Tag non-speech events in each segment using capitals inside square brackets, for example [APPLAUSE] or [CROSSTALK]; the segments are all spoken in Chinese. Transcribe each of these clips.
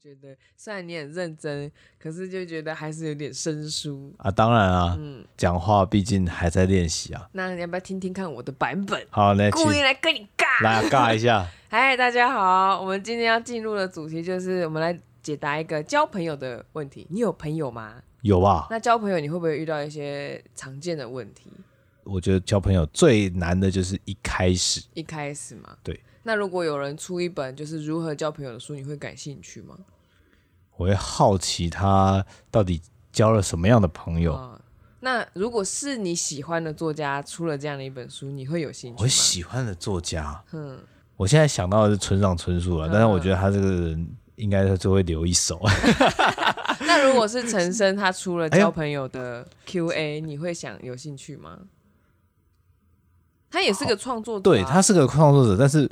觉得虽然你很认真，可是就觉得还是有点生疏。啊，当然啊，嗯，讲话毕竟还在练习啊。那你要不要听听看我的版本？好，来，请故意来跟你尬。来尬一下。嗨，大家好，我们今天要进入的主题就是我们来解答一个交朋友的问题。你有朋友吗？有啊吧？那交朋友你会不会遇到一些常见的问题？我觉得交朋友最难的就是一开始，一开始嘛，对。那如果有人出一本就是如何交朋友的书，你会感兴趣吗？我会好奇他到底交了什么样的朋友。啊那如果是你喜欢的作家出了这样的一本书，你会有兴趣吗？我喜欢的作家，嗯，我现在想到的是村上春树了，但是我觉得他这个人应该他最会留一手。嗯 [LAUGHS] 那如果是陈升他出了哎呦交朋友的 Q&A，你会想有兴趣吗？他也是个创作者、啊， [LAUGHS] 对他是个创作者，但是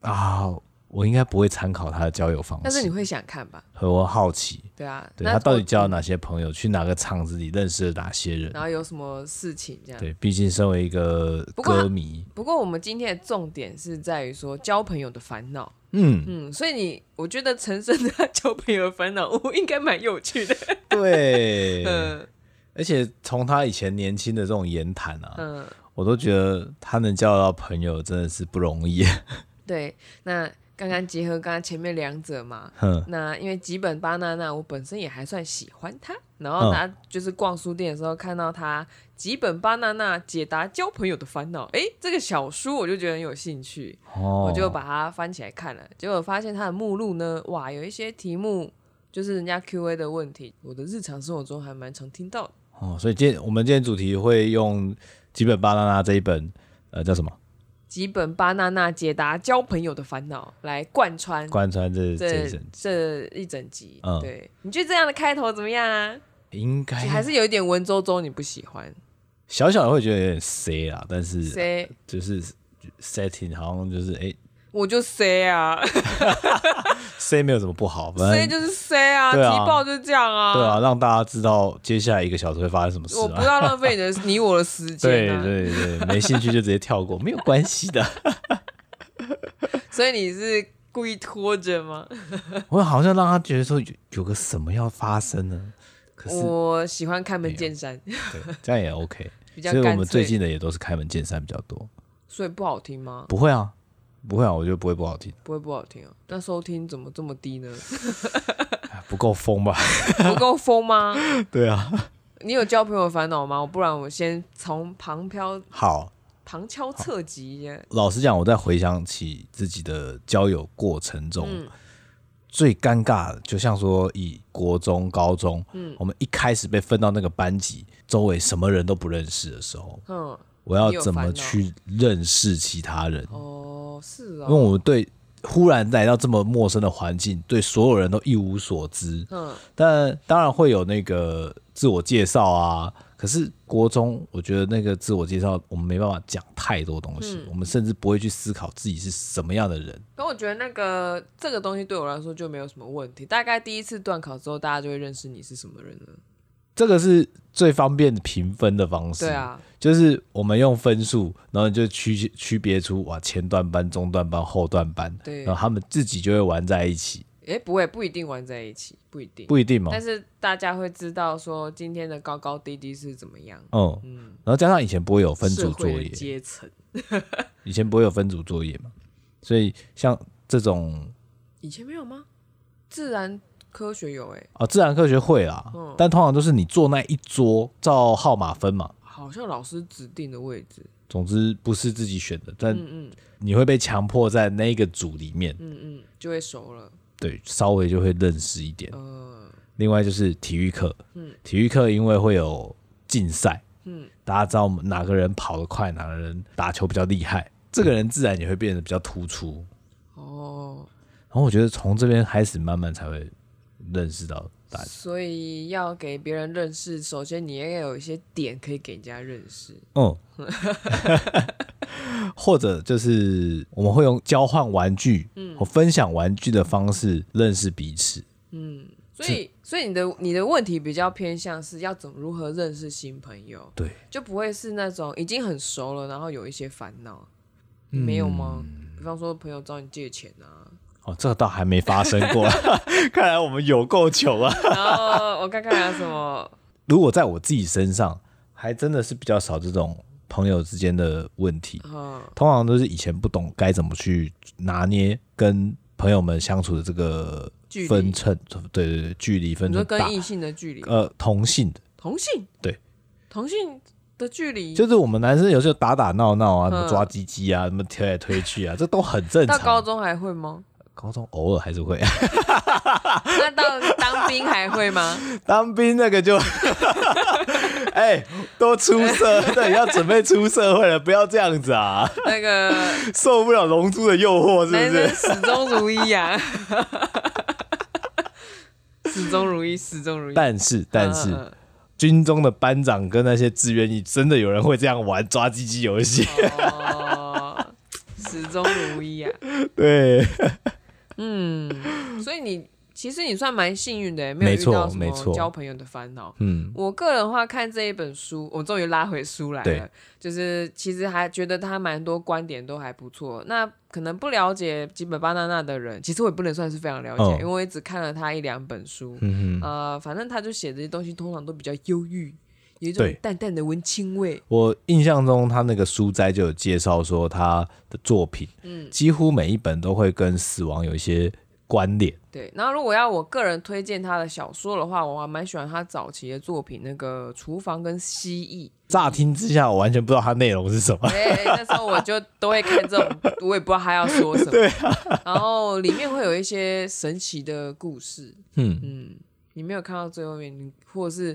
啊，我应该不会参考他的交友方式。但是你会想看吧？和我好奇，对啊，对那他到底我交了哪些朋友，去哪个场子里认识了哪些人？然后有什么事情这样？对，毕竟身为一个不过他 [LAUGHS] 歌迷，不过我们今天的重点是在于说交朋友的烦恼，嗯，嗯，所以你我觉得陈升他交朋友的烦恼，我应该蛮有趣的，对，嗯 [LAUGHS] 而且从他以前年轻的这种言谈啊， [LAUGHS] 嗯，我都觉得他能交到朋友真的是不容易。 [LAUGHS] 对。那刚刚结合刚刚前面两者嘛，哼，那因为吉本巴娜娜，我本身也还算喜欢他，然嗯后他就是逛书店的时候看到他吉本巴娜娜解答交朋友的烦恼，诶，这个小书我就觉得很有兴趣，哦，我就把它翻起来看了，结果发现它的目录呢，哇，有一些题目就是人家 Q&A 的问题，我的日常生活中还蛮常听到的。哦，所以今天我们今天主题会用吉本巴娜娜这一本，呃，叫什么？吉本巴娜娜解答交朋友的烦恼来贯穿贯穿这这这一整，这一整集。嗯哎对，你觉得这样的开头怎么样啊？应该还是有一点文绉绉，你不喜欢？小小的会觉得有点 C 啦，但是啊谁？就是 setting 好像就是哎、我就 C 啊 C 没有什么不好， [LAUGHS] 反，C 正就是 C 啊，对啊提报就是这样啊。对啊，，让大家知道接下来一个小时会发生什么事我不啊。要浪费你的 [LAUGHS] 你我的时对间啊。对对，没兴趣就直接跳过，没有关系 [LAUGHS] 的。所以你是故意拖着吗？我好像让他觉得说有有个什么要发生呢，可是我喜欢开门见山，对这样也 OK。 [LAUGHS] 比较所以我干们脆。最近的也都是开门见山比较多，所以不好听吗？不会啊，不会啊，我觉得不会不好听，不会不好听哦、那收听怎么这么低呢？ [LAUGHS] 啊不够疯吧？ [LAUGHS] 不够疯吗？对啊，你有交朋友的烦恼吗？我不然我先从旁敲好，旁敲侧击一下。老实讲，我在回想起自己的交友过程中，嗯最尴尬的，就像说以国中、高中，嗯我们一开始被分到那个班级，周围什么人都不认识的时候，嗯，我要你有怎烦么恼去认识其他人？哦，是因为哦，我们对忽然来到这么陌生的环境，对所有人都一无所知，嗯，但当然会有那个自我介绍啊。可是国中，我觉得那个自我介绍，我们没办法讲太多东嗯西，我们甚至不会去思考自己是什么样的人。可我觉得那个这个东西对我来说就没有什么问题。大概第一次断考之后，大家就会认识你是什么人了。这个是最方便评分的方式。对，啊，就是我们用分数，然后就区区别出哇前段班、中段班、后段班，对然后他们自己就会玩在一起，诶，不会不一定玩在一起，不一定。不一定哦嘛。但是大家会知道说今天的高高低低是怎么样，嗯，嗯，然后加上以前不会有分社组作会的业，阶层。以前不会有分组作业嘛，所以像这种以前没有吗？自然科学有哎、啊自然科学会啦，嗯但通常都是你坐那一桌照号码分嘛。好像老师指定的位置。总之不是自己选的，但嗯嗯你会被强迫在那个组里面，嗯嗯，就会熟了。对，稍微就会认识一点。嗯、另外就是体育课，体育课因为会有竞赛，嗯大家知道哪个人跑得快，哪个人打球比较厉害，这个人自然也会变得比较突出。哦，然后我觉得从这边开始，慢慢才会认识到大家。所以要给别人认识，首先你也要有一些点可以给人家认识。嗯， [LAUGHS] 或者就是我们会用交换玩具嗯或分享玩具的方式认识彼此。所以，所以你的你的问题比较偏向是要怎么如何认识新朋友，对，就不会是那种已经很嗯熟了，然后有一些烦恼，没有吗？比方说朋友找你借钱啊，哦，这倒还没发生过， [LAUGHS] 看来我们有够穷啊！然后我看看还有什么， [LAUGHS] 如果在我自己身上，还真的是比较少这种朋友之间的问题，嗯通常都是以前不懂该怎么去拿捏跟朋友们相处的这个距离分寸，对对对，距离分你说寸跟大，异性的距离，呃，同性的。同性对，同性的距离，就是我们男生有时候打打闹闹啊，嗯什么抓鸡鸡啊，什么推来推去啊，这都很正到常。高中还会吗？高中偶尔还是会， [LAUGHS] 那到当兵还会 [LAUGHS] 吗？当兵那个就， [LAUGHS] 哎、都出社，对，要准备出社会了，不要这样子啊，那个受不了龙珠的诱惑，是男不生是？始终如一呀、 [LAUGHS] 始终如一，始终如一。但是，但是，嗯军中的班长跟那些志愿役，真的有人会这样玩抓鸡鸡游戏，嗯哦，始终如一啊。 [LAUGHS] 对，嗯，所以你其实你算蛮幸运的，没有没遇错到什没么错交朋友的烦恼。嗯，我个人的话，看这一本书，我终于拉回书来了对。就是其实还觉得他蛮多观点都还不错。那可能不了解吉本巴娜娜的人，其实我也不能算是非常了解，嗯因为我也只看了他一两本书。嗯哼，呃，反正他就写这些东西，通常都比较忧郁，有一种对淡淡的文青味。我印象中他那个书斋就有介绍说他的作品，嗯，几乎每一本都会跟死亡有一些关联，对，然后如果要我个人推荐他的小说的话，我还蛮喜欢他早期的作品，那个《厨房》跟《蜥 [LAUGHS] 蜴》。乍听之下，我完全不知道它内容是什 [LAUGHS] 么。哎、哎那时候我就都会看这种，我也不知道他要说 [LAUGHS] 什么。啊然后里面会有一些神奇的故事，嗯，嗯，你没有看到最后面，你或者是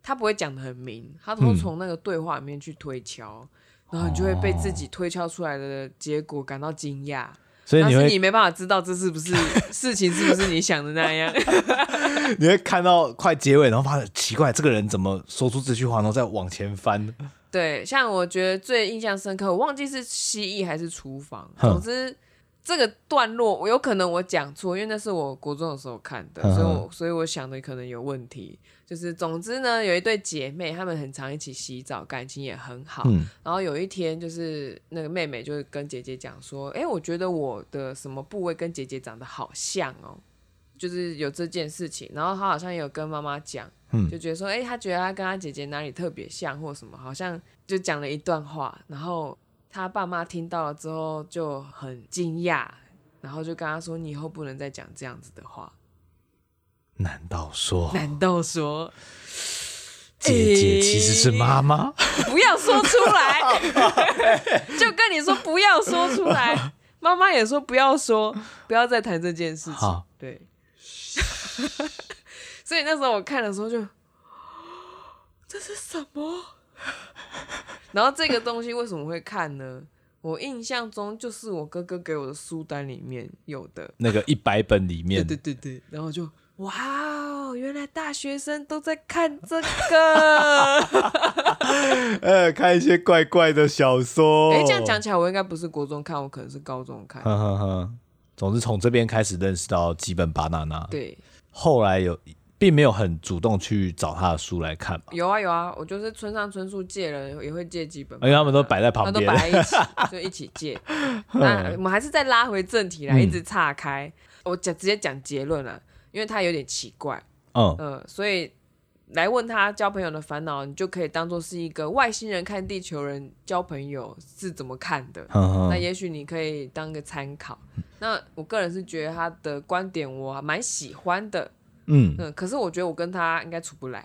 他不会讲的很明，他嗯都从那个对话里面去推敲，然后你就会被自己推敲出来的结果感到惊讶。哦所以但你是会你没办法知道这是不是事情是不是你想的那样。你会看到快结尾，然后发现奇怪，这个人怎么说出这句话，然后再往前翻。对，像我觉得最印象深刻，我忘记是蜥蜴还是厨房，哼总之。这个段落，我有可能我讲错，因为那是我国中的时候看的，嗯所以我所以我想的可能有问题。就是总之呢，有一对姐妹，她们很常一起洗澡，感情也很好。嗯然后有一天，就是那个妹妹就跟姐姐讲说：“哎、我觉得我的什么部位跟姐姐长得好像哦，就是有这件事情。”然后她好像也有跟妈妈讲，嗯就觉得说：“哎、她觉得她跟她姐姐哪里特别像，或什么，好像就讲了一段话。”然后她爸妈听到了之后就很惊讶，然后就跟她说：“你以后不能再讲这样子的话。难道说难道说姐姐其实是妈 [LAUGHS] 妈？不要说出来， [LAUGHS] 就跟你说不要说出来。妈妈也说不要说，不要再谈这件事情好。对， [LAUGHS] 所以那时候我看的时候就，这是什么？然后这个东西为什么会看呢？我印象中就是我哥哥给我的书单里面有的，那个一百本里面，对对对对，然后就哇哦，原来大学生都在看这个。呃，看一些怪怪的小说哎、这哦样讲，起来，我应该不是国中看，我可能是高中看。呵呵呵。总之，从这边开始认识到基本巴娜娜。对，后来有，并没有很主动去找他的书来看嘛，有啊有啊，我就是村上春树借了，也会借几本，因为他们都摆在哎旁那都边。摆在一起， [LAUGHS] 就一起借。那我们还是再拉回正题来，嗯一直岔开。我讲直接讲结论了，因为它有点奇怪，嗯， [LAUGHS] 嗯、所以来问他交朋友的烦恼，你就可以当做是一个外星人看地球人交朋友是怎么看的。呵那呵也许你可以当个参考。那我个人是觉得他的观点我还蛮喜欢的，嗯，嗯，可是我觉得我跟他应该处不来。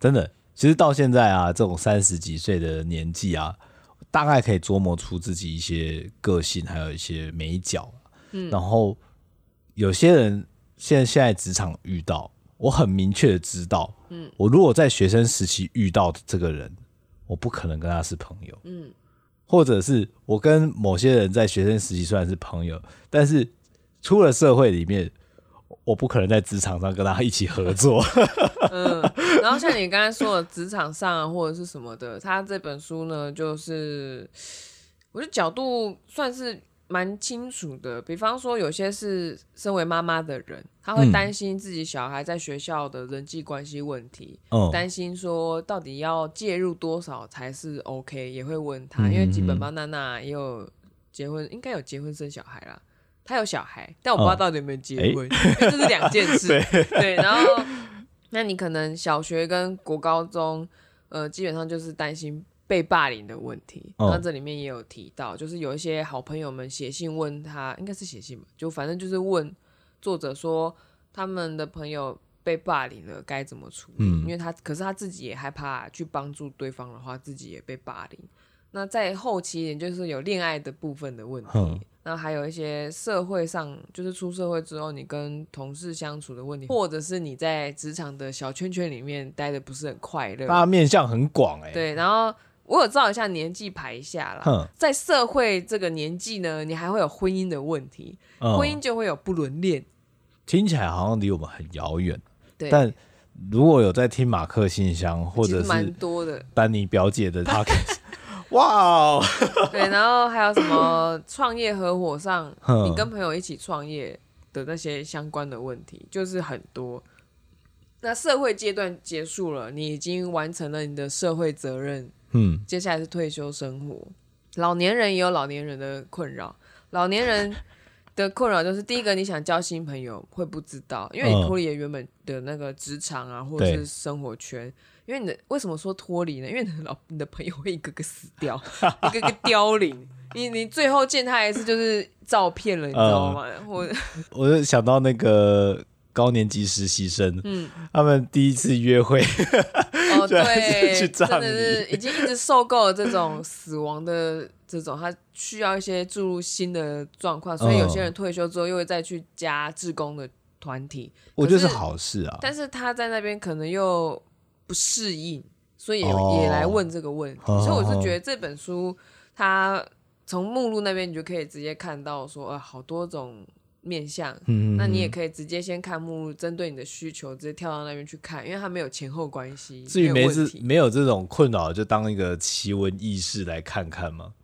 真的，其实到现在啊，这种三十几岁的年纪啊，大概可以琢磨出自己一些个性，还有一些美角。嗯，然后有些人现在现在职场遇到，我很明确的知道，嗯，我如果在学生时期遇到的这个人，我不可能跟他是朋友，嗯，或者是我跟某些人在学生时期虽然是朋友，但是出了社会里面，我不可能在职场上跟他一起合 [LAUGHS] 作。然后像你刚才说的职场上、啊、或者是什么的，他这本书呢，就是我觉得角度算是蛮清楚的。比方说，有些是身为妈妈的人，他会嗯担心自己小孩在学校的人际关系问题，嗯，担心说到底嗯要介入多少才是 OK，也会问他，因为基本巴娜娜也有。结婚，应该有结婚生小孩啦。他有小孩，但我不知道嗯到底有没有结婚，因为这是两件事。 [LAUGHS] 对，然后那你可能小学跟国高中，呃，基本上就是担心被霸凌的问题。嗯那、这里面也有提到，就是有一些好朋友们写信问他，应该是写信吧，就反正就是问作者说他们的朋友被霸凌了该怎么处理，嗯因为他可是他自己也害怕去帮助对方的话，自己也被霸凌。那在后期一点就是有恋爱的部分的问嗯题，然后还有一些社会上，就是出社会之后你跟同事相处的问题，或者是你在职场的小圈圈里面待的不是很快乐，大家面向很广哎、，对，然后我有照一下年纪排一下啦。哼，在社会这个年纪呢，你还会有婚姻的问题，嗯婚姻就会有不伦恋。听起来好像离我们很遥远，对，但如果有在听马克信箱或其者实蛮是多的。丹尼表姐 [LAUGHS] 的 podcast，哇哦，对，然后还有什么创业合伙上，哼你跟朋友一起创业的那些相关的问题，就是很多。那社会阶段结束了，你已经完成了你的社会责任，嗯，接下来是退休生活。老年人也有老年人的困扰，老年人的困扰就是第一个，你想交新朋友会不知道，因为你嗯脱离了原本的那个职场啊，或者对是生活圈。因为你的为什么说脱离呢？因为你的老你的朋友会一个个死 [LAUGHS] 掉， [LAUGHS] 一个个凋零。你你最后见他一次就是照骗了，你知道吗？呃或者我就想到那个高年级实习生，嗯，他们第一次约会， [LAUGHS] 哦，居然对，是去真葬的是已经一直受够了这种死亡的这种，他需要一些注入新的状况，所以有些嗯人退休之后又会再去加志工的团体，我觉得是好事啊，但是他在那边可能又不适应，所以也、哦也来问这个问题，哦所以我是觉得这本书它从目录那边你就可以直接看到说，呃，好多种面向，嗯，那你也可以直接先看目录，针对你的需求直接跳到那边去看，因为它没有前后关系。至于没有没问这题没有这种困扰，就当一个奇闻异事来看看嘛。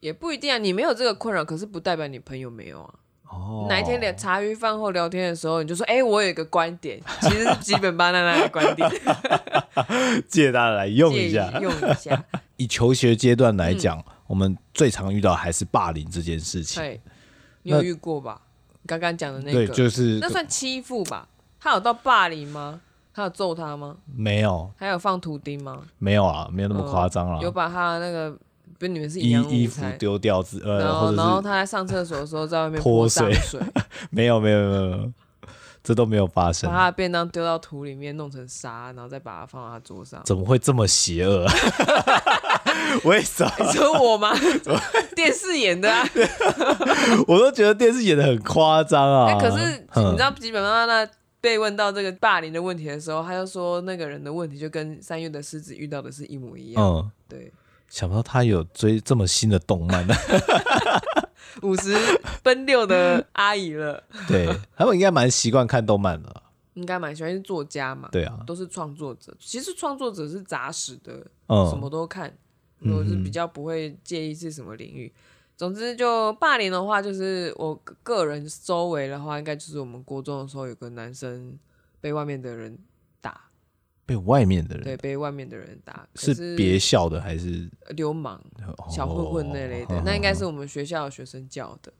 也不一定啊，你没有这个困扰，可是不代表你朋友没有啊。哦哪一天聊茶余饭后聊天的时候，你就说：“哎、我有一个观点，其实是基本巴娜娜的观点， [LAUGHS] 借大家来 [LAUGHS] 用建一议下。用一 [LAUGHS] 下。以求学阶段嗯来讲，我们最常遇到还是霸凌这件事”情。对，你有遇过吧？你刚刚讲的那个，对，就是那算欺负吧？他有到霸凌吗？他有揍他吗？没有还有放图钉吗？没有啊，没有那么夸张呃有啦。把他那个，不是你们是营衣养衣午服餐，丢掉之然呃，后或然后者他在上厕所的时候在外面泼泼脏水 [LAUGHS] 水，是没有没有没有没有，这都没有发把生。他的便当丢到土里面弄成沙，然后再把它放到他桌上。怎么会这么邪恶、啊？ [LAUGHS] 为什么？ [LAUGHS] 你说我吗？电视演的啊，我都觉得电视演的很夸张啊。那哎可是你嗯知道，基本上那被问到这个霸凌的问题的时候，他就说那个人的问题就跟三月的狮子遇到的是一模一样。嗯，对，想不到他有追这么新的动漫呢。 [LAUGHS] 五十奔六的阿姨了，对他们应该蛮习惯看动漫的啦。应该蛮喜欢，因为是作家嘛，对啊，都是创作者。其实创作者是杂食的，什嗯么都看，我是比较不会介意是什么领域。总之，就霸凌的话，就是我个个人周围的话，应该就是我们国中的时候有个男生被外面的人打，被外面的对，人被外面的人打，可呃是别哦校的还是流氓、小混混那类哦的，那应该是我们学校的学生叫 [LAUGHS] 的。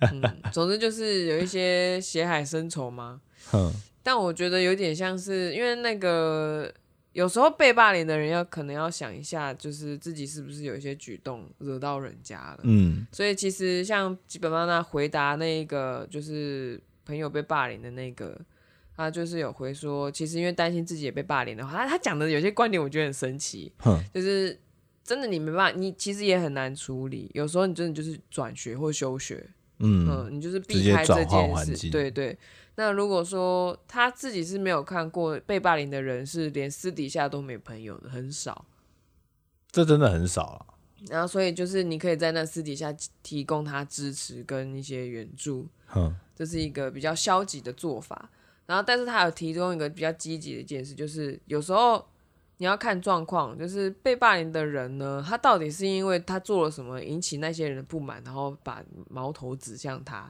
嗯，总之就是有一些血海深仇嘛，嗯但我觉得有点像是，因为那个有时候被霸凌的人要可能要想一下，就是自己是不是有一些举动惹到人家了。嗯所以其实像基本上他回答那一个就是朋友被霸凌的那个，他就是有回说，其实因为担心自己也被霸凌的话，他他讲的有些观点我觉得很神奇，哼就是真的你没办法，你其实也很难处理，有时候你真的就是转学或休学，嗯嗯，你就是直避接开转这换件环事，境对对。那如果说他自己是没有看过被霸凌的人是连私底下都没朋友的，很少。这真的很少啊了。然后，所以就是你可以在那私底下提供他支持跟一些援助，哼这是一个比较消极的做法。然后，但是他有提供一个比较积极的一件事，就是有时候你要看状况，就是被霸凌的人呢，他到底是因为他做了什么引起那些人的不满，然后把矛头指向他，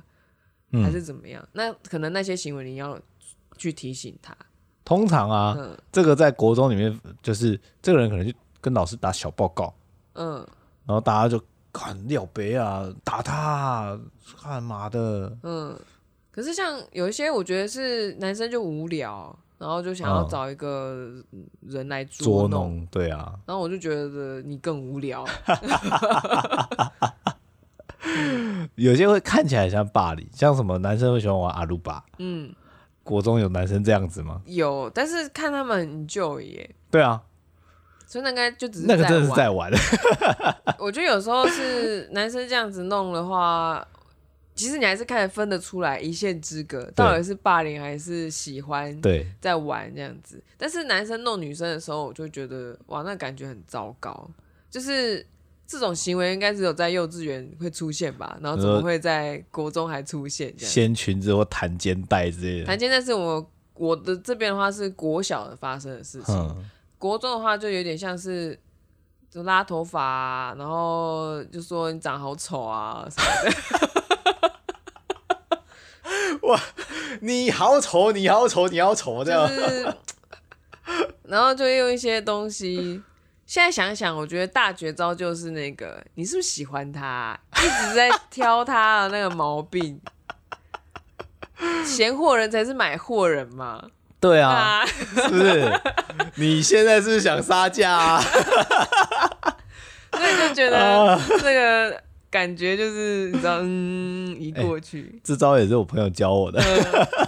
还嗯，是怎么样？那可能那些行为你要去提醒他。通常啊，嗯这个在国中里面就是这个人可能就跟老师打小报告，嗯，然后大家就看廖北啊，打他啊干嘛的？嗯，可是像有一些，我觉得是男生就无聊，然后就想要嗯找一个人来捉捉弄，弄，对啊，然后我就觉得你更无 [LAUGHS] 聊。有些会看起来像霸凌，像什么男生会喜欢玩阿鲁巴，嗯，国中有男生这样子吗？有，但是看他们很旧耶，对啊，所以那应该就只是那个在真的是玩在玩，我觉得有时候是男生这样子弄的话，其实你还是看得分得出来一线之隔，到底是霸凌还是喜欢对，在玩这样子。但是男生弄女生的时候，我就觉得哇，那感觉很糟糕。就是这种行为应该只有在幼稚园会出现吧，然后怎么会在国中还出现这样？掀裙子或弹肩带之类的谈，现在是我我的这边的话是国小的发生的事情，嗯，国中的话就有点像是就拉头发、啊，然后就说你长好丑啊，什么你好丑，你好丑，你好丑，这就样，是，然后就用一些东西。现在想想，我觉得大绝招就是那个，你是不是喜欢他，啊一直在挑他的那个毛病。闲货人才是买货人嘛，对啊，啊，是不是？你现在是不是想杀价啊啊？所以就觉得这个感觉就是你知 [LAUGHS] 道，嗯，一过去、 [LAUGHS] 这招也是我朋友教我的。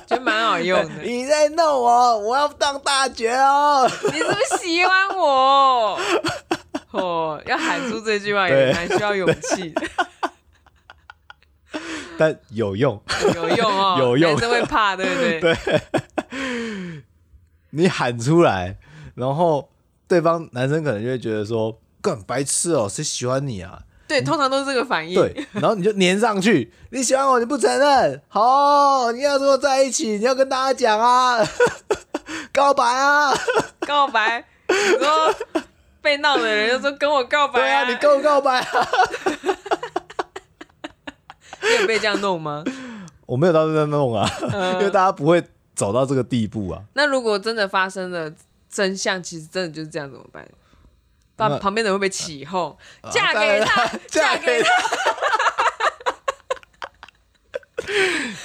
就蛮好用 [LAUGHS] 的。你在弄我，我要当大绝哦！你是不是喜欢我？哦，要喊出这句话也对蛮需要勇气的，但有用， [LAUGHS] 有用哦，有用男生会怕，对不 [LAUGHS] 对？对，你喊出来，然后对方男生可能就会觉得说：“干白痴哦，谁喜欢你啊通常都是这个反？”应。对，然后你就粘上去，你喜欢我你不承认，好，你要跟我在一起，你要跟大家讲啊， [LAUGHS] 告白啊，告白，你说被闹的人就说跟我告白对啊，你你跟我告白啊。有被这样弄吗？我没有到这边弄啊，嗯因为大家不会走到这个地步啊。那如果真的发生了真相，其实真的就是这样，怎么办？那啊旁旁边的人会被起哄，嫁给他，嫁嫁给给他，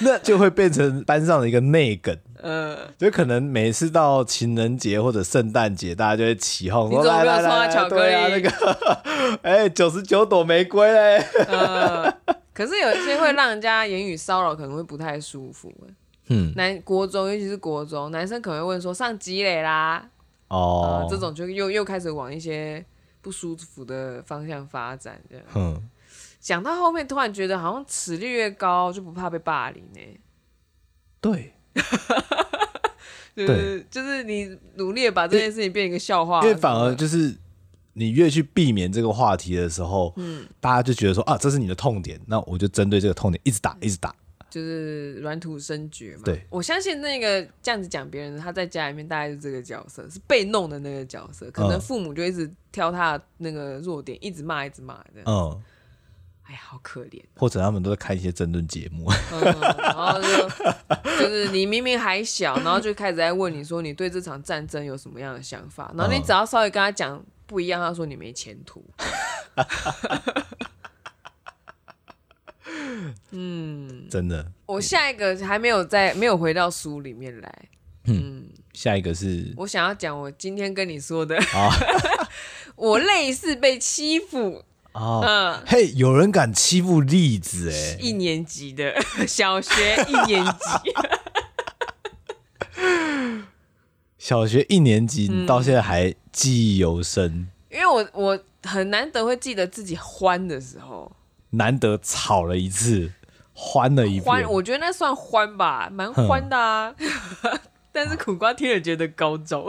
[LAUGHS] 那就会变成班上的一个内梗。 [LAUGHS] 呃，就可能每次到情人节或者圣诞节，大家就会起哄你说：“怎么来没有来送他来，巧来克对啊，那力个， [LAUGHS] 哎，九十九朵玫瑰嘞。呃，可是有一些会让人家言语骚扰，可能会不太舒服。”嗯，男国中，尤其是国中，男生可能会问说上积累啦，啊、哦，这，种就又又开始往一些不舒服的方向发展。这样嗯，讲到后面，突然觉得好像尺率越高就不怕被霸凌欸呢、对，就是就是你努力地把这件事情变一个笑话，因为反而就是你越去避免这个话题的时候，嗯，大家就觉得说啊，这是你的痛点，那我就针对这个痛点一直嗯打，一直打。就是软土生绝嘛。对，我相信那个这样子讲别人，他在家里面大概是这个角色，是被弄的那个角色，可能嗯父母就一直挑他的那个弱点，一直骂，一直骂这样。嗯，哎，好可怜。 [LAUGHS] 或者他们都在看一些争论节目，嗯，然后就就是你明明还小，然后就开始在问你说你对这场战争有什么样的想法，然后嗯你只要稍微跟他讲不一样，他说你没前途。嗯 [LAUGHS] 真的。我下一个还没有在没有回到书里面来，下一个是我想要讲我今天跟你说的， [LAUGHS] 我类似被欺负，哦，嗯，嘿，有人敢欺负栗子哎，一年级的小学一年级， [LAUGHS] 小学一年级，你到现在还记忆犹深，因为我我很难得会记得自己欢的时候，难得吵了一次，欢了一欢遍，，我觉得那算欢吧，蛮欢的啊。 [LAUGHS] 但是苦瓜听了觉得高招。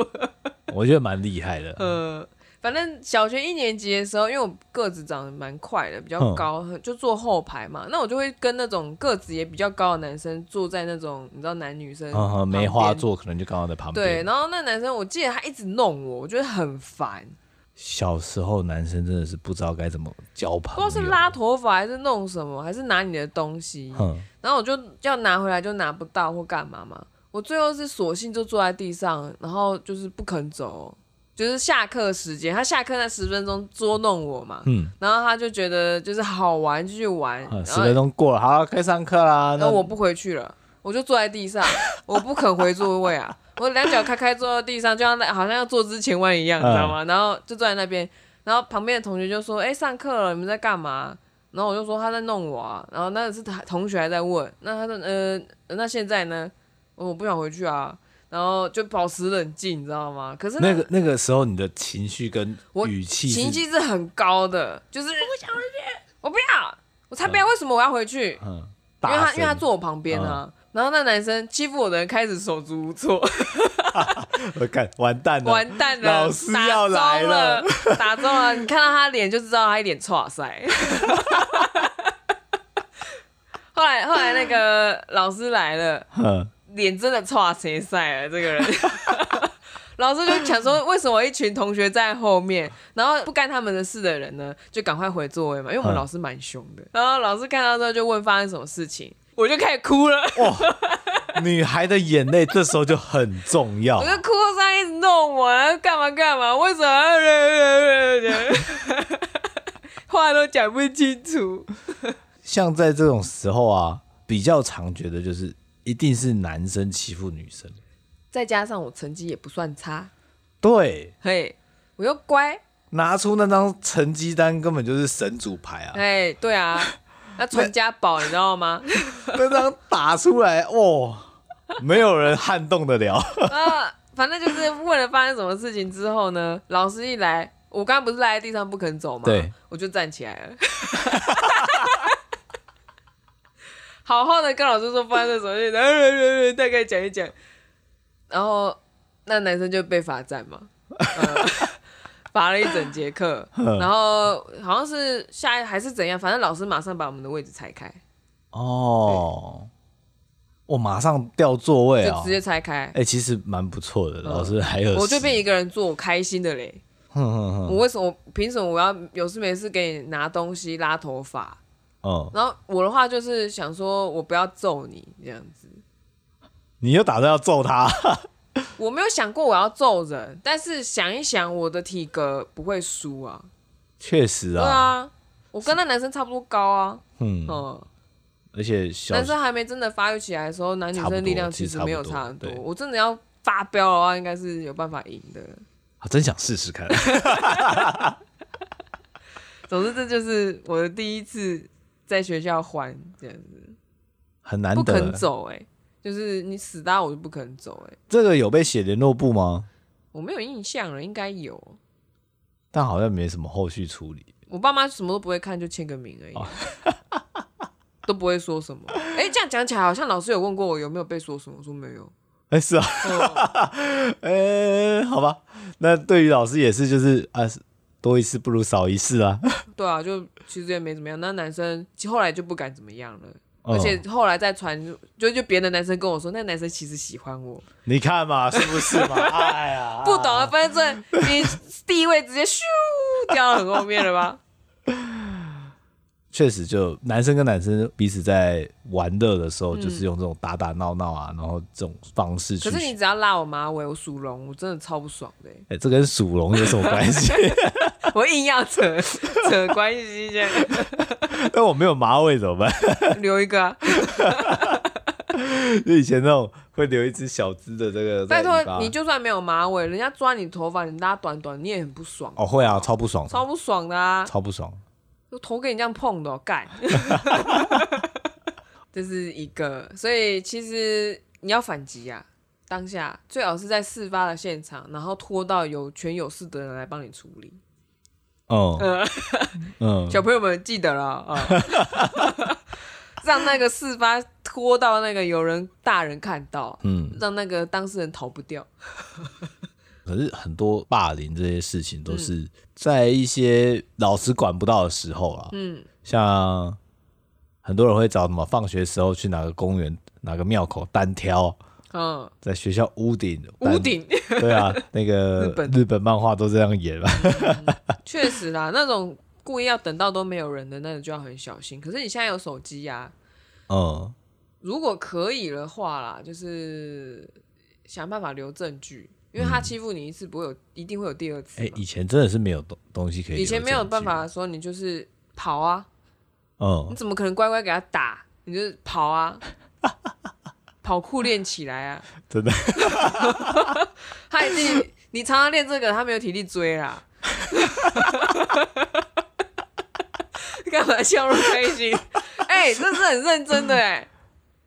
我觉得蛮厉害的。呃，反正小学一年级的时候，因为我个子长得蛮快的，比较嗯高，就坐后排嘛。那我就会跟那种个子也比较高的男生坐在那种你知道男女生嗯哼，旁梅花边。座可能就刚好在旁对，边。然后那男生我记得他一直弄我，我觉得很烦，小时候男生真的是不知道该怎么交不朋知道友，是拉头发还是弄什么，还是拿你的东西。嗯，然后我就要拿回来就拿不到或干嘛嘛，我最后是索性就坐在地上，然后就是不肯走，就是下课时间，他下课那十分钟捉弄我嘛，嗯，然后他就觉得就是好玩，继续玩，啊，然十后分钟过了，好，可以上课啦。然那后我不回去了，我就坐在地上，我不肯回座位啊，我两脚开开坐到地上，就像那好像要坐姿前弯一样，你知道嗯吗？然后就坐在那边，然后旁边的同学就说：“哎、上课了，你们在干嘛？”然后我就说他在弄我啊，然后那是他同学还在问，那他说呃，那现在呢？我不想回去啊，然后就保持冷静，你知道吗？可是那个那个时候你的情绪跟我语气是，情绪是很高的，就是我不想回去，我不要，我才不要，为什么我要回去？嗯，因为大他声嗯因为他坐我旁边啊。然后那男生欺负我的人开始手足无 [LAUGHS] 措，我干完蛋了，完蛋了，老师要来了了，打中了， [LAUGHS] 你看到他脸就知道他一脸挫塞。 [LAUGHS] 后来后来那个老师来了，嗯，脸真的挫谁塞了，这个人。 [LAUGHS] 老师就想说，为什么一群同学在后面，然后不干他们的事的人呢，就赶快回座位嘛，因为我们嗯老师蛮凶的。然后老师看到之后就问发生什么事情，我就开始哭了。女孩的眼泪这时候就很重要我。就哭上一直弄我，然后干嘛干嘛，为什么要？ [LAUGHS] 话都讲不清楚。像在这种时候啊，比较常觉得就是一定是男生欺负女生，再加上我成绩也不算差，对，嘿，我又乖，拿出那张成绩单根本就是神主牌啊，哎，对啊，那传家宝你知道吗？那张打出来哦，没有人撼动得了。啊，反正就是为了发生什么事情之后呢，老师一来，我刚刚不是赖在地上不肯走吗？对，我就站起来了。好好的跟老师说发生什么事，然后呃大概讲一讲，然后那男生就被罚站嘛，呃 [LAUGHS] 罚、了一整节课，嗯然后好像是下一还是怎样，反正老师马上把我们的位置拆开，哦，我马上调座位就啊、直接拆开哎、，其实蛮不错的，老师还有我就变心一个人坐，我开心的嘞。哼哼哼，我为什么凭什么我要有事没事给你拿东西拉头发？嗯，然后我的话就是想说，我不要揍你这样子。你又打算要揍他？我没有想过我要揍人，但是想一想，我的体格不会输啊。确实对啊，啊，我跟那男生差不多高啊。嗯，嗯，而且小啊男生还没真的发育起来的时候，男女差不生力多量其其实实差没不有多差很多对。我真的要发飙的话，应该是有办法赢的。啊真想 [LAUGHS] 试试看。总之，这就是我的第一次在学校还这样子，很难不肯得。走哎、就是你死搭我就不肯走哎、这个有被写联络簿吗？我没有印象了，应该有。但好像没什么后续处理。我爸妈什么都不会看，就签个名而已，哦都不会说什么。哎、这样讲起来，好像老师有问过我有没有被说什么，我说没有。哎、是啊，哦哎、好吧。那对于老师也是，就是啊，多一事不如少一事啊。 [LAUGHS] 对啊，就其实也没怎么样。那男生后来就不敢怎么样了，嗯而且后来再传，就就别的男生跟我说，那男生其实喜欢我，你看嘛，是不是嘛？哎呀，不懂得分寸，你地位直接咻掉到很后面了吧？确实就男生跟男生彼此在玩乐的时候，就是用这种打打闹闹啊，然后这种方式去嗯可。是你只要拉我马尾，我属龙，我真的超不爽的、欸哎、这跟属龙有什么关 [LAUGHS] 系？我硬要扯 [LAUGHS] 扯关系这样，那我没有马尾怎么办？ [LAUGHS] 留一个啊。就以前那种会留一只小只的这个在拜尾巴，托，你就算没有马尾，人家抓你头发，你拉短短，你也很不爽，哦会啊，超不爽的，超不爽的啊！超不爽。就头给你这样碰的哦、干。 [LAUGHS] 这是一个，所以其实你要反击啊，当下最好是在事发的现场，然后拖到有权有势的人来帮你处理。呃嗯 [LAUGHS] 嗯，小朋友们记得了啊，哦 [LAUGHS] 让那个事发拖到那个有人大人看到，嗯，让那个当事人逃不掉。可是很多霸凌这些事情都是嗯在一些老师管不到的时候啊，嗯，像很多人会找什么放学时候去哪个公园、哪个庙口单挑，嗯，在学校屋顶，屋单，顶。对啊，那个日本日本漫画都这样演嘛，确实啦，那种故意要等到都没有人的，那你就要很小心。可是你现在有手机呀、嗯，如果可以的话啦，就是想办法留证据，因为他欺负你一次，不会有一定会有第二次哎、嘛。以前真的是没有东东西可以留以这前样记录，没有办法说你就是跑啊，你嗯，怎么可能乖乖给他打？你就是跑啊，跑酷练起来啊！真的 [LAUGHS] 他已经你常常练这个，他没有体力追啦。 [LAUGHS] 干嘛笑容开心？哎、这是很认真的哎、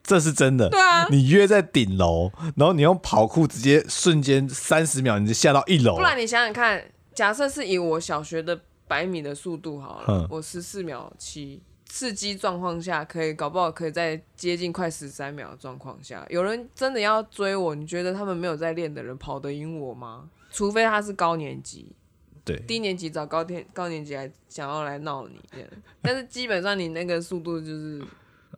这是真的。对啊你约在顶楼，然后你用跑酷直接瞬间三十秒，你就下到一楼不。然你想想看，假设是以我小学的百米的速度好了，嗯我十四秒七，刺激状况下可以，搞不好可以在接近快十三秒的状况下，有人真的要追我，你觉得他们没有在练的人跑得赢我吗？除非他是高年级，对，低年级找高天高年级来想要来闹你这样，但是基本上你那个速度就是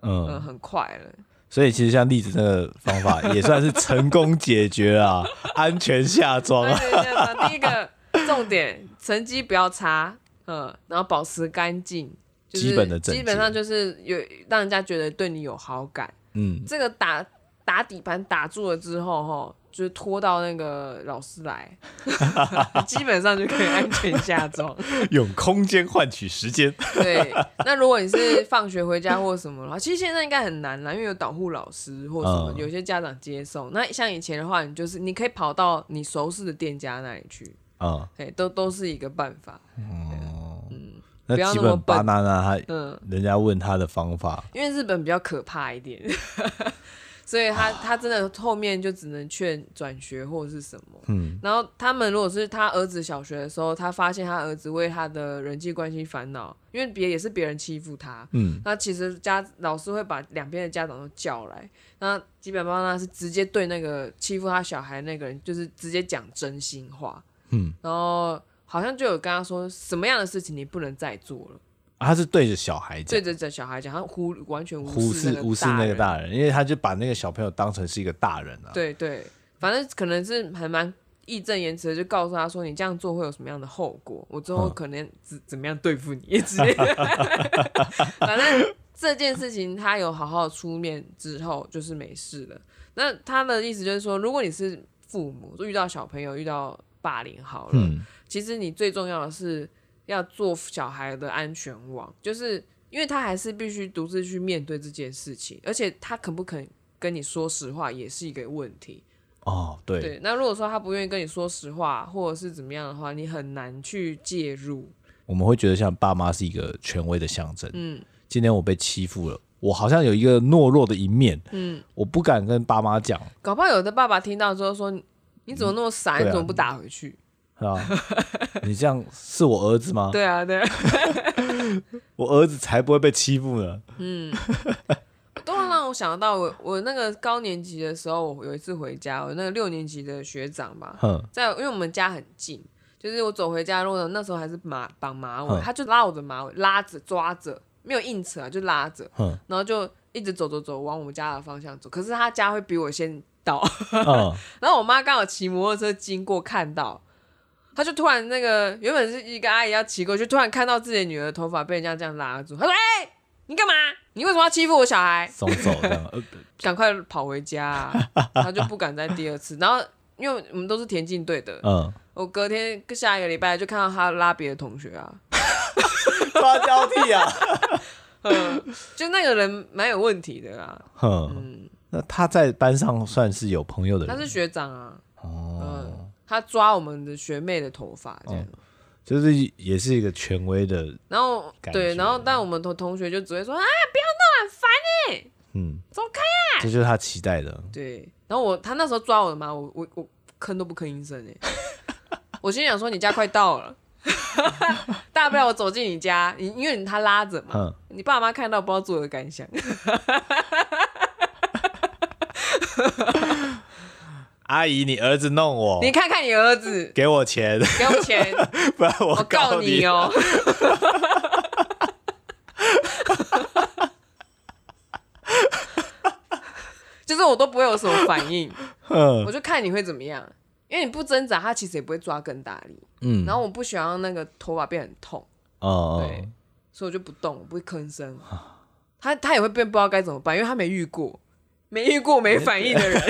嗯，呃很快了，所以其实像栗子这个方法也算是成功解决 [LAUGHS] 啊，安全下装对啊。对对对，第一个重点，成绩不要差，嗯，然后保持干净，就是基本的整洁基本上就是有让人家觉得对你有好感。嗯，这个打打底盘打住了之后，哈，就是拖到那个老师来， [LAUGHS] 基本上就可以安全下装。嗯用空间换取时间。 [LAUGHS] 对，那如果你是放学回家或什么的话，其实现在应该很难啦，因为有导护老师或什么，嗯有些家长接送。那像以前的话，你就是你可以跑到你熟识的店家那里去。啊、哎，都都是一个办法。不那要基那么本巴笨娜娜他嗯，人家问他的方法，因为日本比较可怕一点， [LAUGHS] 所以他他真的后面就只能劝转学或者是什么。嗯，然后他们如果是他儿子小学的时候，他发现他儿子为他的人际关系烦恼，因为别也是别人欺负他。嗯，那其实家老师会把两边的家长都叫来，那基本上呢是直接对那个欺负他小孩那个人，就是直接讲真心话。嗯，然后好像就有跟他说什么样的事情你不能再做了。他是对着小孩讲对，着这小孩讲，他忽完全视忽视那无视那个人。大人，因为他就把那个小朋友当成是一个大人啊。对对，反正可能是还蛮义正言辞的，就告诉他说你这样做会有什么样的后果，我之后嗯可能怎怎么样对付你之类的。 [LAUGHS] 反正这件事情他有好好出面之后，就是没事了。那他的意思就是说，如果你是父母，就遇到小朋友遇到霸凌好了，嗯，其实你最重要的是要做小孩的安全网，就是因为他还是必须独自去面对这件事情，而且他肯不肯跟你说实话也是一个问题。哦，对，对，那如果说他不愿意跟你说实话，或者是怎么样的话，你很难去介入。我们会觉得像爸妈是一个权威的象征。嗯今天我被欺负了，我好像有一个懦弱的一面，嗯，我不敢跟爸妈讲，搞不好有的爸爸听到之后说：“你怎么那么傻？对啊你怎么不打回去是吧？ [LAUGHS] 你这样是我儿子？”吗？对啊，对啊，我儿子才不会被欺负呢。都能让我想到我我那个高年级的时候，我有一次回家，我那个六年级的学长吧，哼，在因为我们家很近，就是我走回家的路上，那时候还是马绑马尾，嗯他就拉我的马尾，拉着抓着，没有硬扯啊，就拉着，哼，然后就一直走走走往我们家的方向走。可是他家会比我先到， [LAUGHS] 嗯，然后我妈刚好骑摩托车经过看到。他就突然那个原本是一个阿姨要骑过去，突然看到自己的女儿的头发被人家这样拉住，他说：“哎、你干嘛？你为什么要欺负我小孩？”松手这 [LAUGHS] 样，呃赶快跑回家啊、他就不敢再第二次。然后因为我们都是田径队的，嗯，我隔天下一个礼拜就看到他拉别的同学啊，抓交替啊。就那个人蛮有问题的啊啦。哼，那他在班上算嗯是有朋友的他是人学长啊，哦，嗯，他抓我们的学妹的头发这样，就是也是一个权威的，然后感觉啊对，然后但我们同同学就只会说啊，嗯，走开啊，这就是他期待的。对，然后我他那时候抓我的嘛，我我我吭都不吭一声哎、我心想说你家快到了， [LAUGHS] 大不了我走进你家，你因为他拉着嘛，哼，你爸妈看到不知道作何感哦想，阿姨，你儿子弄我，你看看你儿子给我钱， [LAUGHS] 给我钱，不然我我告你你。 [LAUGHS] 哦。就是我都不会有什么反应，哼，我就看你会怎么样，因为你不挣扎，他其实也不会抓更大力。嗯，然后我不喜欢那个头发变很痛，哦，对，所以我就不动，我不会吭声。啊他他也会变不知道 [LAUGHS] 该怎么办，因为他没遇过，没遇过没反应的人。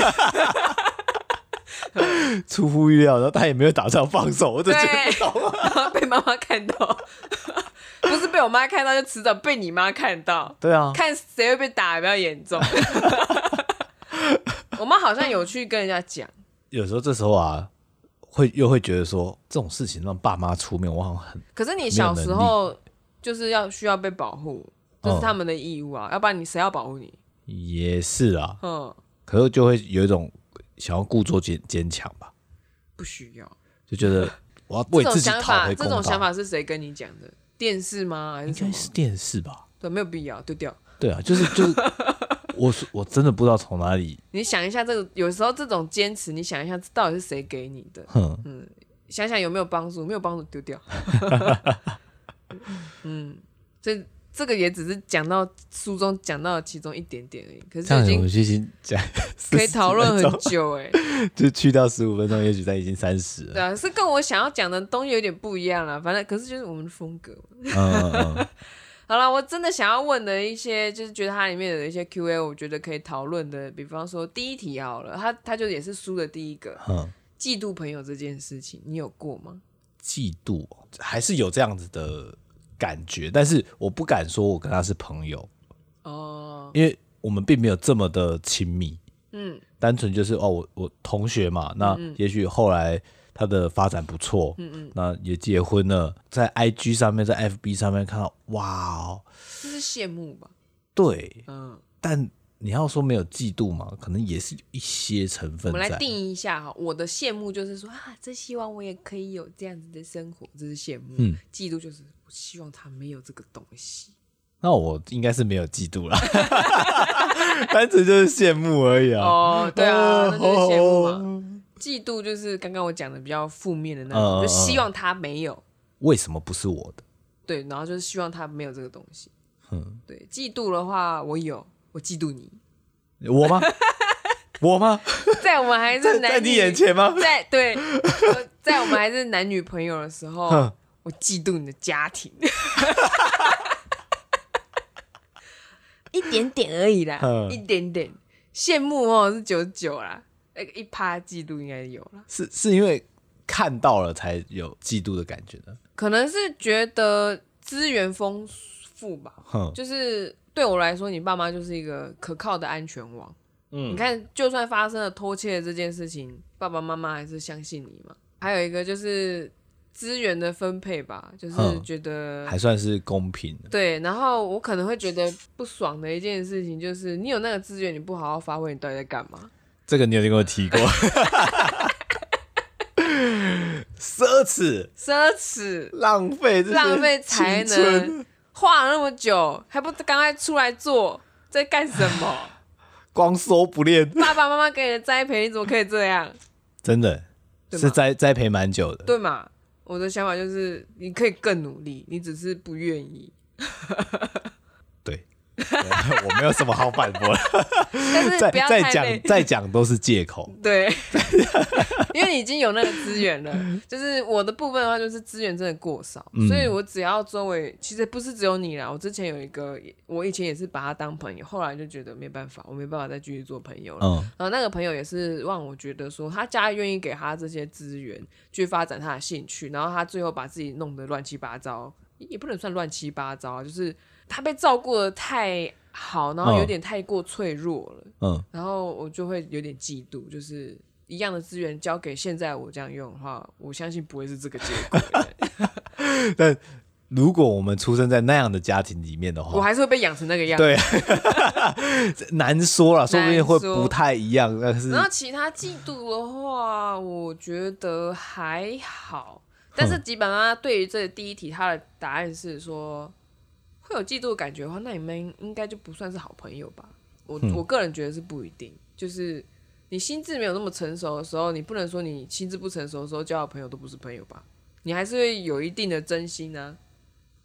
出乎意料，然后他也没有打算放手，我就觉得对， [LAUGHS] 然后被妈妈看到， [LAUGHS] 不是被我妈看到，就迟早被你妈看到，对啊，看谁会被打比较严重。 [LAUGHS] 我妈好像有去跟人家讲，有时候这时候啊，会又会觉得说这种事情让爸妈出面，我好像很可是你小时候就是要需要被保护，这嗯是他们的义务啊，要不然你谁要保护你？也是啦，嗯，可是就会有一种想要故作坚坚强吧，不需要。就觉得我要这为种自己想讨法，回这公种想道。法是谁跟你讲的？电视吗？还是应什该么？是电视吧？对，没有必要，丢掉。对啊，就是就是， [LAUGHS] 我是我真的不知道从哪里，你想一下，这个有时候这种坚持，你想一下，这到底是谁给你的？哼，想想有没有帮助，没有帮助丢掉。 [LAUGHS] 嗯，这这个也只是讲到书中讲到的其中一点点而已，可是这已样我经们就已经讲可以讨论40很分钟，久哎、就去到十五分钟，也许他已经三十对了。啊，是跟我想要讲的东西有点不一样啦。反正可是就是我们的风格。嗯嗯嗯，好了，我真的想要问的一些，就是觉得它里面有一些 Q&A，我觉得可以讨论的，比方说第一题好了，它它就也是书的第一个，嗯嫉妒朋友这件事情，你有过吗？嫉妒还是有这样子的感觉，但是我不敢说我跟他是朋友，哦，因为我们并没有这么的亲密，嗯单纯就是哦，我我同学嘛，那也许后来他的发展不错，嗯嗯，那也结婚了，在 IG 上面，在 FB 上面看到，哇哦，这是羡慕吧？对，嗯，但你要说没有嫉妒嘛，可能也是有一些成我分们来在定，义一下哈，我的羡慕就是说啊，真希望我也可以有这样子的生活，这是羡慕。嗯，嫉妒就是我希望他没有这个东西。那我应该是没有嫉妒啦， [LAUGHS] 单纯就是羡慕而已啊，哦，对啊，那就是羡慕嘛。哦嫉妒就是刚刚我讲的比较负面的那种，嗯就希望他没有，为什么不是我的？对，然后就是希望他没有这个东西。嗯，对，嫉妒的话，我有，我嫉妒你，我吗？ [LAUGHS] 我吗？ [LAUGHS] 在我们还在是在男你女眼，前吗？ [LAUGHS] 在对，我在我们还是男女朋友的时候 [LAUGHS] 哼，我嫉妒你的家 [LAUGHS] 庭，一点点而已啦，嗯一点点，羡慕哦是九九啦，那个一趴嫉妒应该有啦。是是因为看到了才有嫉妒的感觉呢？可能是觉得资源丰富吧，哼，就是对我来说，你爸妈就是一个可靠的安全网。嗯你看，就算发生了偷窃这件事情，爸爸妈妈还是相信你嘛。还有一个就是资源的分配吧，就是嗯觉得、还算是公平的。对。然后我可能会觉得不爽的一件事情就是，你有那个资源，你不好好发挥，你到底在干嘛？这个你有跟我提过， [LAUGHS] 奢侈、奢侈，浪费这些浪费才青春能，画了那么久，还不赶快出来做，在干什 [LAUGHS] 么？光说不练，爸爸妈妈给你的栽培，你怎么可以这样？真的对吗是栽栽培蛮久的。对嘛？我的想法就是，你可以更努力，你只是不愿意。对， [LAUGHS] 我没有什么好反驳的，但 [LAUGHS] 是再不要再太讲累，再讲都是借口。对， [LAUGHS] 因为你已经有那个资源了。就是我的部分的话，就是资源真的过少，嗯所以我只要周围其实不是只有你啦。我之前有一个，我以前也是把他当朋友，后来就觉得没办法，我没办法再继续做朋友了。 [LAUGHS] 嗯然后那个朋友也是让我觉得说，他家愿意给他这些资源去发展他的兴趣，然后他最后把自己弄得乱七八糟，也不能算乱七八糟啊，就是他被照顾的太好，然后有点太过脆弱了，嗯，然后我就会有点嫉妒，就是一样的资源交给现在我这样用的话，我相信不会是这个结果， [LAUGHS] 但如果我们出生在那样的家庭里面的我话，还是会被养成那个样子。对，难说了，说不定会难说嗯不太一样。但是然后其他季度的话，我觉得还好，但是吉本妈妈对于这个第一题，她的答案是说会有嫉妒的感觉的话，那你们应该就不算是好朋友吧？我、我个人觉得是不一定，就是你心智没有那么成熟的时候，你不能说你心智不成熟的时候交的朋友都不是朋友吧？你还是会有一定的真心啊呢、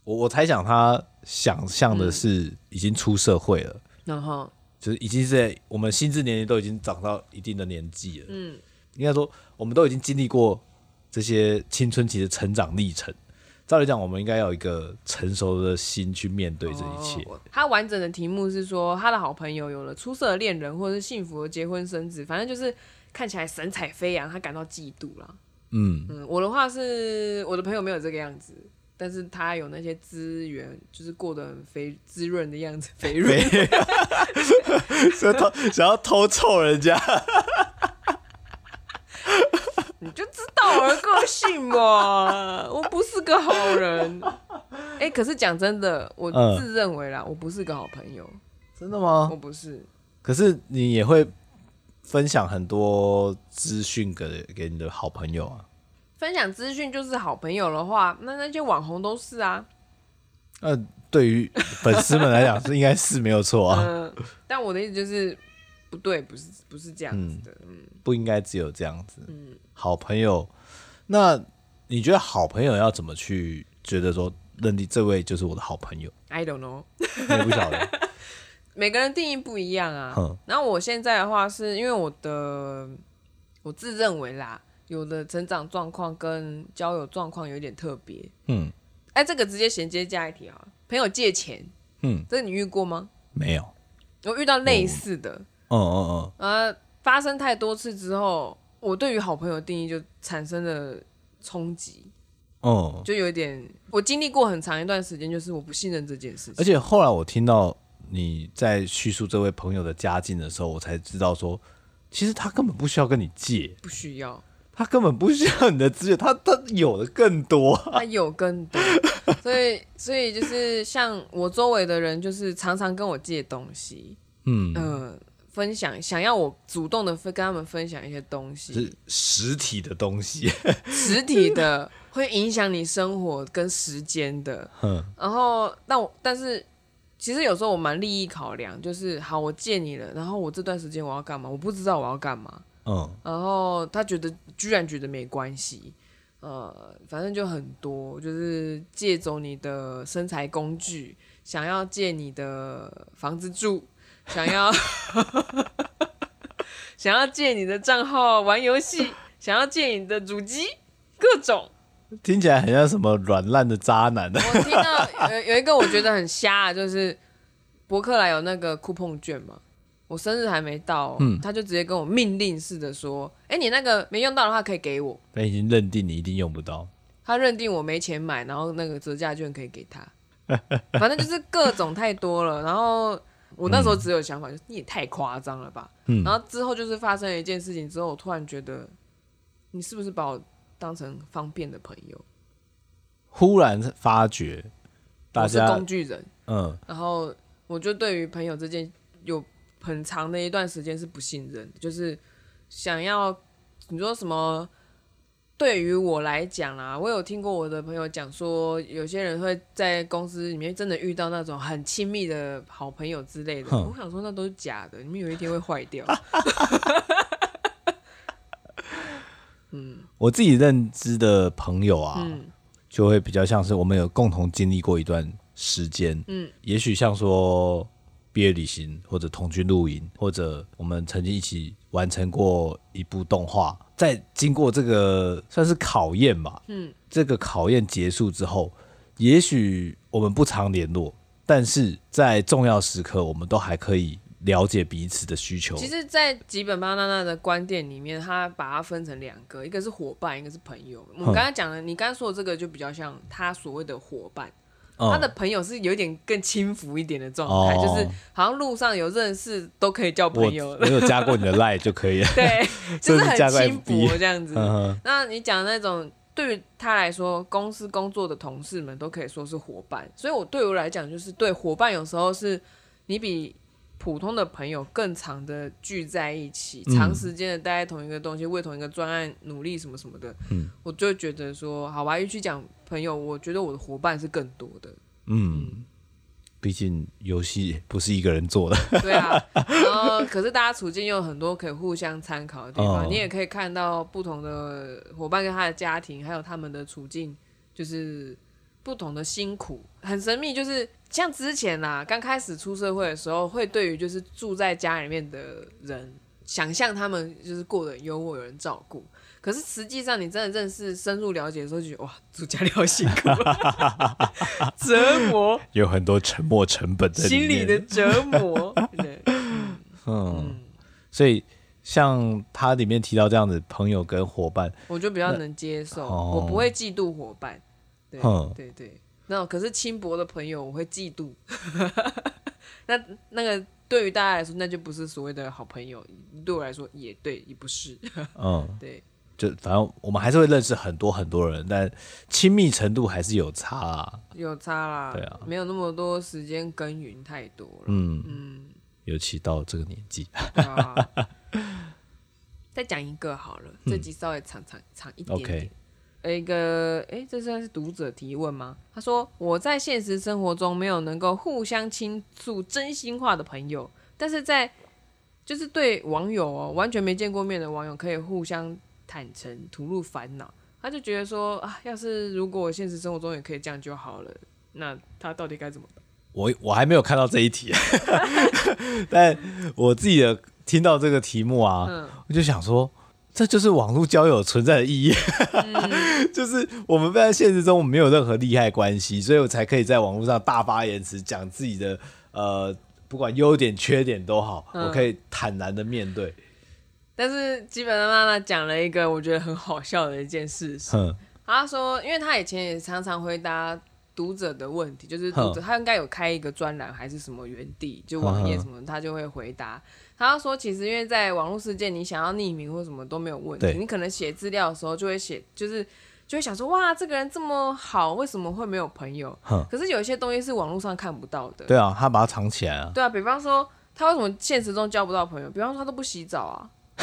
我我猜想他想象的嗯是已经出社会了，然后，就是已经是在我们心智年龄都已经长到一定的年纪了。嗯，应该说，我们都已经经历过这些青春期的成长历程，照理讲，我们应该要有一个成熟的心去面对这一切。 [LAUGHS] 哦他完整的题目是说，他的好朋友有了出色的恋人，或者是幸福的结婚生子，反正就是看起来神采飞扬，他感到嫉妒啦。嗯，嗯，我的话是我的朋友没有这个样子，但是他有那些资源，就是过得很肥滋润的样子， [LAUGHS] 肥润。所以偷想要偷臭人家，你就知道我的个性嘛，我不是个好人。哎、可是讲真的，我嗯自认为啦，我不是个好朋友，真的吗我？不是。可是你也会分享很多资讯给给你的好朋友啊。分享资讯就是好朋友的话，那那些网红都是啊。那对于粉丝们来讲，是应该是没有错 [LAUGHS] 啊，嗯、但我的意思就是不对，不是不是这样子的。嗯，不应该只有这样子。好朋友，那你觉得好朋友要怎么去觉得说认定这位就是我的好朋友？ I don't know。你也不晓得， [LAUGHS] 每个人定义不一样啊哼。然后我现在的话是，因为我的我自认为啦，有的成长状况跟交友状况有点特别。嗯哎，这个直接衔接下一题啊，朋友借钱，嗯，这个你遇过吗？没有，我遇到类似的，嗯嗯嗯，呃，发生太多次之后，我对于好朋友定义就产生了冲击，哦、就有一点，我经历过很长一段时间，就是我不信任这件事而情。且后来我听到你在叙述这位朋友的家境的时候，我才知道说，其实他根本不需要跟你借，不需要，他根本不需要你的资源，他 [LAUGHS] 他有的更多。他有更多，所以所以就是像我周围的人，就是常常跟我借东西，嗯，嗯、分享想要我主动的跟他们分享一些东是西，实体的东 [LAUGHS] 西。实体的会影响你生活跟时间的，哼然后，但我但是其实有时候我蛮利益考量，就是好，我借你了，然后我这段时间我要干嘛？我不知道我要干嘛。嗯然后他觉得居然觉得没关系，呃，反正就很多，就是借走你的身材工具，想要借你的房子住， [LAUGHS] 想要想要借你的账号玩游戏，想要借你的主机，各种。听起来很像什么软烂的渣 [LAUGHS] 男的。我听到 [LAUGHS] 有有一个我觉得很瞎的，就是博客来有那个酷碰券嘛，我生日还没到、哦，嗯他就直接跟我命令似的说：“哎、你那个没用到的话可以给我。他已经认定你一定用不到。”他认定我没钱买，然后那个折价券可以给他， [LAUGHS] 反正就是各种太多了。然后我那时候只有想法，就是你也太夸张了吧。嗯然后之后就是发生了一件事情之后，我突然觉得你是不是把我当成方便的朋友，忽然发觉，大我是家工具人？嗯，然后我就对于朋友之间有很长的一段时间是不信任的，就是想要你说什么？对于我来讲啦、我有听过我的朋友讲说，有些人会在公司里面真的遇到那种很亲密的好朋友之类的。哼啊我想说那都是假的，你们有一天会坏掉。我自己认知的朋友啊，嗯就会比较像是我们有共同经历过一段时间，嗯，也许像说毕业旅行，或者同居露营，或者我们曾经一起完成过一部动画，在经过这个算是考验吧，嗯，这个考验结束之后，也许我们不常联络，但是在重要时刻，我们都还可以了解彼此的需求，其实，在吉本巴娜娜的观点里面，他把它分成两个，一个是伙伴，一个是朋友。我们哼刚才讲的，你刚才说的这个就比较像他所谓的伙伴。嗯他的朋友是有点更轻浮一点的状态，哦就是好像路上有认识都可以叫我朋友我了，有加过你的 line 就可以了， [LAUGHS] [LAUGHS] 对，就是加很个轻 FB 浮这样子。嗯哼那你讲那种对于他来说，公司工作的同事们都可以说是伙伴，所以我对我来讲，就是对伙伴有时候是你比普通的朋友更长的聚在一起，嗯长时间的待在同一个东西，为同一个专案努力什么什么的，嗯我就会觉得说，好吧，与其讲朋友，我觉得我的伙伴是更多的。嗯，毕竟游戏不是一个人做的， [LAUGHS] 对啊，然后可是大家处境又有很多可以互相参考的地方，哦你也可以看到不同的伙伴跟他的家庭，还有他们的处境，就是不同的辛苦，很神秘。就是啊像之前啦，刚开始出社会的时候，会对于就是住在家里面的人想象他们就是过得有我有人照顾。可是实际上，你真的认识、深入了解的时候，就觉得哇，住家里好辛苦， [LAUGHS] 折磨，有很多沉没成本在心里理面的折磨。对，嗯，所以像它里面提到这样子，朋友跟伙伴，我就比较能接受，哦我不会嫉妒伙伴。对哼对对，那可是轻薄的朋友，我会嫉妒。 [LAUGHS] 那那个对于大家来说，那就不是所谓的好朋友，对我来说也对，也不是。嗯，对，就反正我们还是会认识很多很多人，但亲密程度还是有差啊。有差啦，对啊没有那么多时间耕耘太多了。嗯，嗯，尤其到这个年纪， [LAUGHS] 对啊 [LAUGHS] 再讲一个好了，这集稍微长长长一点 OK 点。有一个，诶，这算是读者提问吗？他说：“我在现实生活中没有能够互相倾诉真心话的朋友，但是在就是对网友哦，完全没见过面的网友可以互相坦诚吐露烦恼。”他就觉得说啊，要是如果我现实生活中也可以这样就好了，那他到底该怎么办？我我还没有看到这一题， [LAUGHS] 但我自己的听到这个题目啊，嗯我就想说，这就是网络交友存在的意义，嗯 [LAUGHS] 就是我们在现实中我们没有任何利害关系，所以我才可以在网络上大发言辞，讲自己的呃，不管优点缺点都好，嗯我可以坦然的面对。但是基本上妈妈讲了一个我觉得很好笑的一件事情，哼，他说，因为他以前也常常回答读者的问题，就是读者哼他应该有开一个专栏还是什么原地，就网页哼哼什么，他就会回答。他说，其实因为在网络世界，你想要匿名或什么都没有问题对，你可能写资料的时候就会写，就是就会想说，哇，这个人这么好，为什么会没有朋友哼？可是有一些东西是网络上看不到的，对啊，他把它藏起来啊，对啊，比方说他为什么现实中交不到朋友？比方说他都不洗澡啊。 [LAUGHS]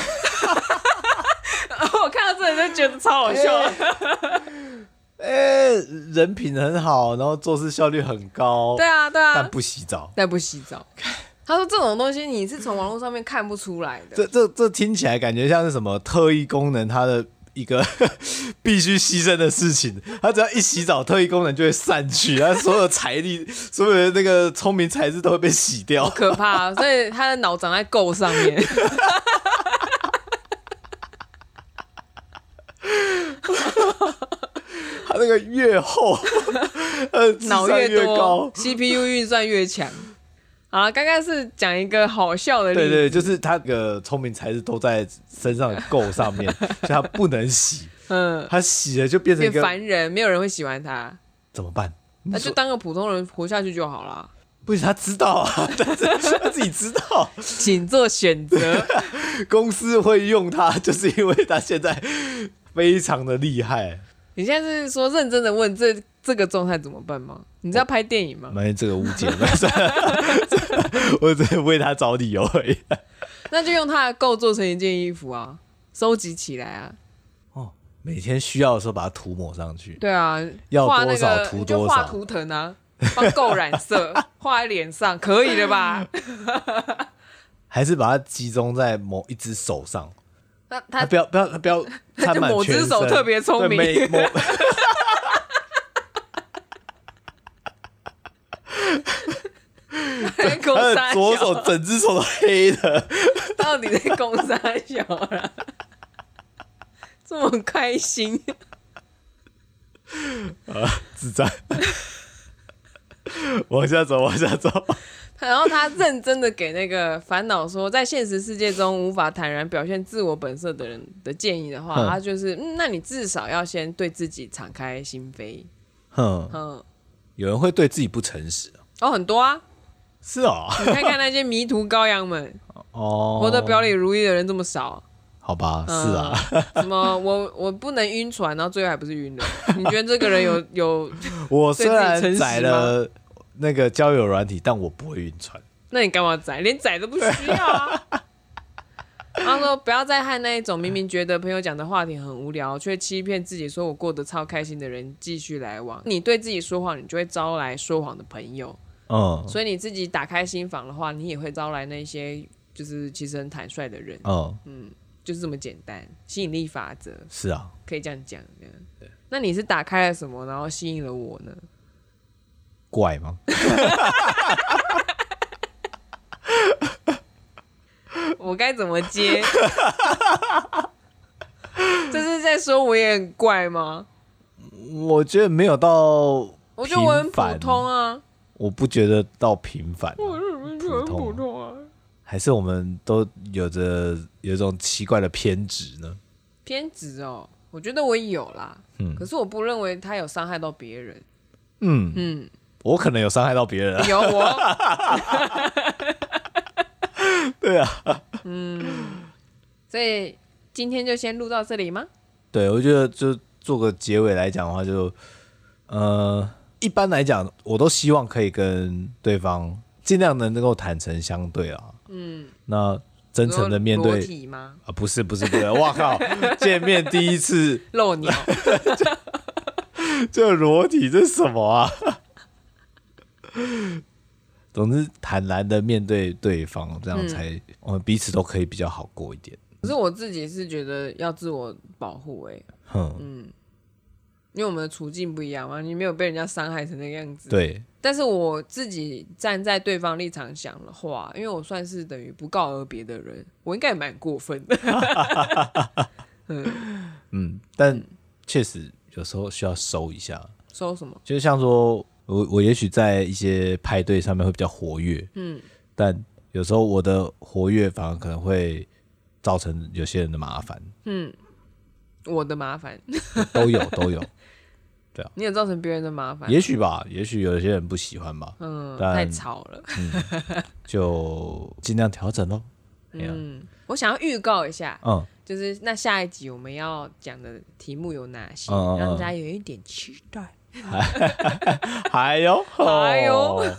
我看到这里就觉得超好笑的。 [LAUGHS] 哎、人品很好，然后做事效率很高，对啊，对啊，但不洗澡。但不洗澡。他说这种东西你是从网络上面看不出来的，这这这听起来感觉像是什么特异功能，它的一个 [LAUGHS] 必须牺牲的事情。它只要一洗澡，特异功能就会散去，它所有财力、 [LAUGHS] 所有的那个聪明才智都会被洗掉 [LAUGHS] 好。可怕、啊所以他的脑长在垢上面。它那个越厚， [LAUGHS] 呃， [LAUGHS] 智脑商越多高。 ，CPU 运算越强。好了，刚刚是讲一个好笑的例对子，对，就是它的聪明才智都在身上的垢上面， [LAUGHS] 所以它不能洗，嗯，它洗了就变成一变个烦人，没有人会喜欢他，怎么办？那就当个普通人活下去就好了，不行，他知道啊， [LAUGHS] 但是他自己知道，请做选择。公司会用它，就是因为它现在非常的厉害。 [LAUGHS] 你现在是说认真的问这这个状态怎么办吗？你知道拍电影吗？没这个误解，没事我只是为他找理由而已。那就用他的垢做成一件衣服啊，收集起来啊， [LAUGHS] 哦，每天需要的时候把它涂抹上去，对啊，要画多那少个涂你就多画少图腾啊，帮够染色， [LAUGHS] 画在脸上可以了吧？还是把它集中在某一只手上。那他 [LAUGHS] 他不要不要他不 [LAUGHS] 要就沾满某只全身，手特别聪明 [LAUGHS] 对每某攻他杀的左小，手整只手都黑的，到底在攻杀小啦？ [LAUGHS] 这么开心，智障。 [LAUGHS] 往下走，往下走。 [LAUGHS] 然后他认真的给那个烦恼说，在现实世界中无法坦然表现自我本色的人的建议的话，嗯他就是，嗯，那你至少要先对自己敞开心扉，哼，嗯，有人会对自己不诚实，哦，很多啊，是哦，你看看那些迷途羔羊们， [LAUGHS] 哦，活得嗯表里如一的人这么少，好吧，是啊，呃什么我我不能晕船，然后最后还不是晕 [LAUGHS] 了？你觉得这个人有有？我虽对自然己诚实载了那个交友软体，但我不会晕船。那你干嘛宰？连宰都不需要啊！ [LAUGHS] 他说不要再和那一种明明觉得朋友讲的话题很无聊，却欺骗自己说我过得超开心的人继续来往。你对自己说谎，你就会招来说谎的朋友。嗯所以你自己打开心房的话，你也会招来那些就是其实很坦率的人，嗯，就是这么简单。吸引力法则是啊，可以这样讲。这样那你是打开了什么，然后吸引了我呢？怪吗？我该怎么接？ [LAUGHS] 这是在说我也很怪吗？我觉得没有到我觉得我很平普凡通啊，我不觉得到平凡啊、我就就很很普普通啊。还是我们都有着有一种奇怪的偏执呢？偏执哦，我觉得我有啦，嗯可是我不认为他有伤害到别人。嗯，嗯，我可能有伤害到别人、啊，有哦我，对啊，嗯所以今天就先录到这里吗？ [LAUGHS] 对，我觉得就做个结尾来讲的话就，呃，一般来讲，我都希望可以跟对方尽量能够坦诚相对啊。嗯，那真诚的面裸对体吗？啊、不是不是不是，哇靠，见面第一次露鸟？这裸体这是什么啊？ [LAUGHS] 总之，坦然的面对对方，这样才我们彼此都可以比较好过一点。可是我自己是觉得要自我保护哎、哼，因为我们的处境不一样嘛，你没有被人家伤害成那个样子。对，但是我自己站在对方立场想的话，因为我算是等于不告而别的人，我应该也蛮过分的。 [LAUGHS] 嗯，但确实有时候需要收一下。说什么？就像说我我也许在一些派对上面会比较活跃，嗯，但有时候我的活跃反而可能会造成有些人的麻烦，我的麻烦，都有都有，你有造成别人的麻烦，也许吧，也许有些人不喜欢吧，嗯，但太吵了。 [LAUGHS] 就尽量调整咯。嗯嗯，我想要预告一下，嗯，就是那下一集我们要讲的题目有哪些，嗯嗯嗯让大家有一点期待。哎还有还有，哎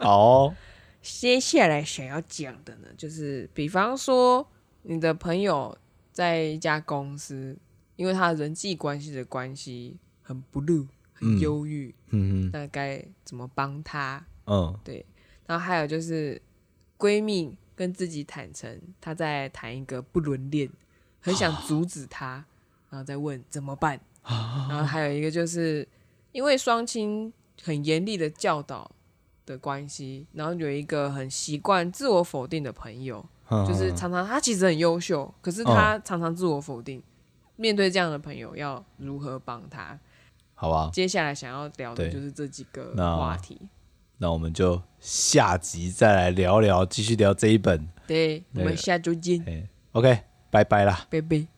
好哦，接下来想要讲的呢，就是比方说你的朋友在一家公司，因为他人际关系的关系很 blue，很忧郁，嗯那该怎么帮他？嗯对，然后还有就是闺蜜跟自己坦诚，她在谈一个不伦恋，很想阻止她，然后再问怎么办。啊 [LAUGHS] 然后还有一个就是因为双亲很严厉的教导的关系，然后有一个很习惯自我否定的朋友，嗯， [LAUGHS] 就是常常他其实很优秀，可啊是他常常自我否定。面对这样的朋友，要如何帮他？好吧，接下来想要聊的对就是这几个那话题。那我们就下集再来聊聊，继续聊这一本。对，我那们个下周见，哎，OK，拜拜啦。拜拜。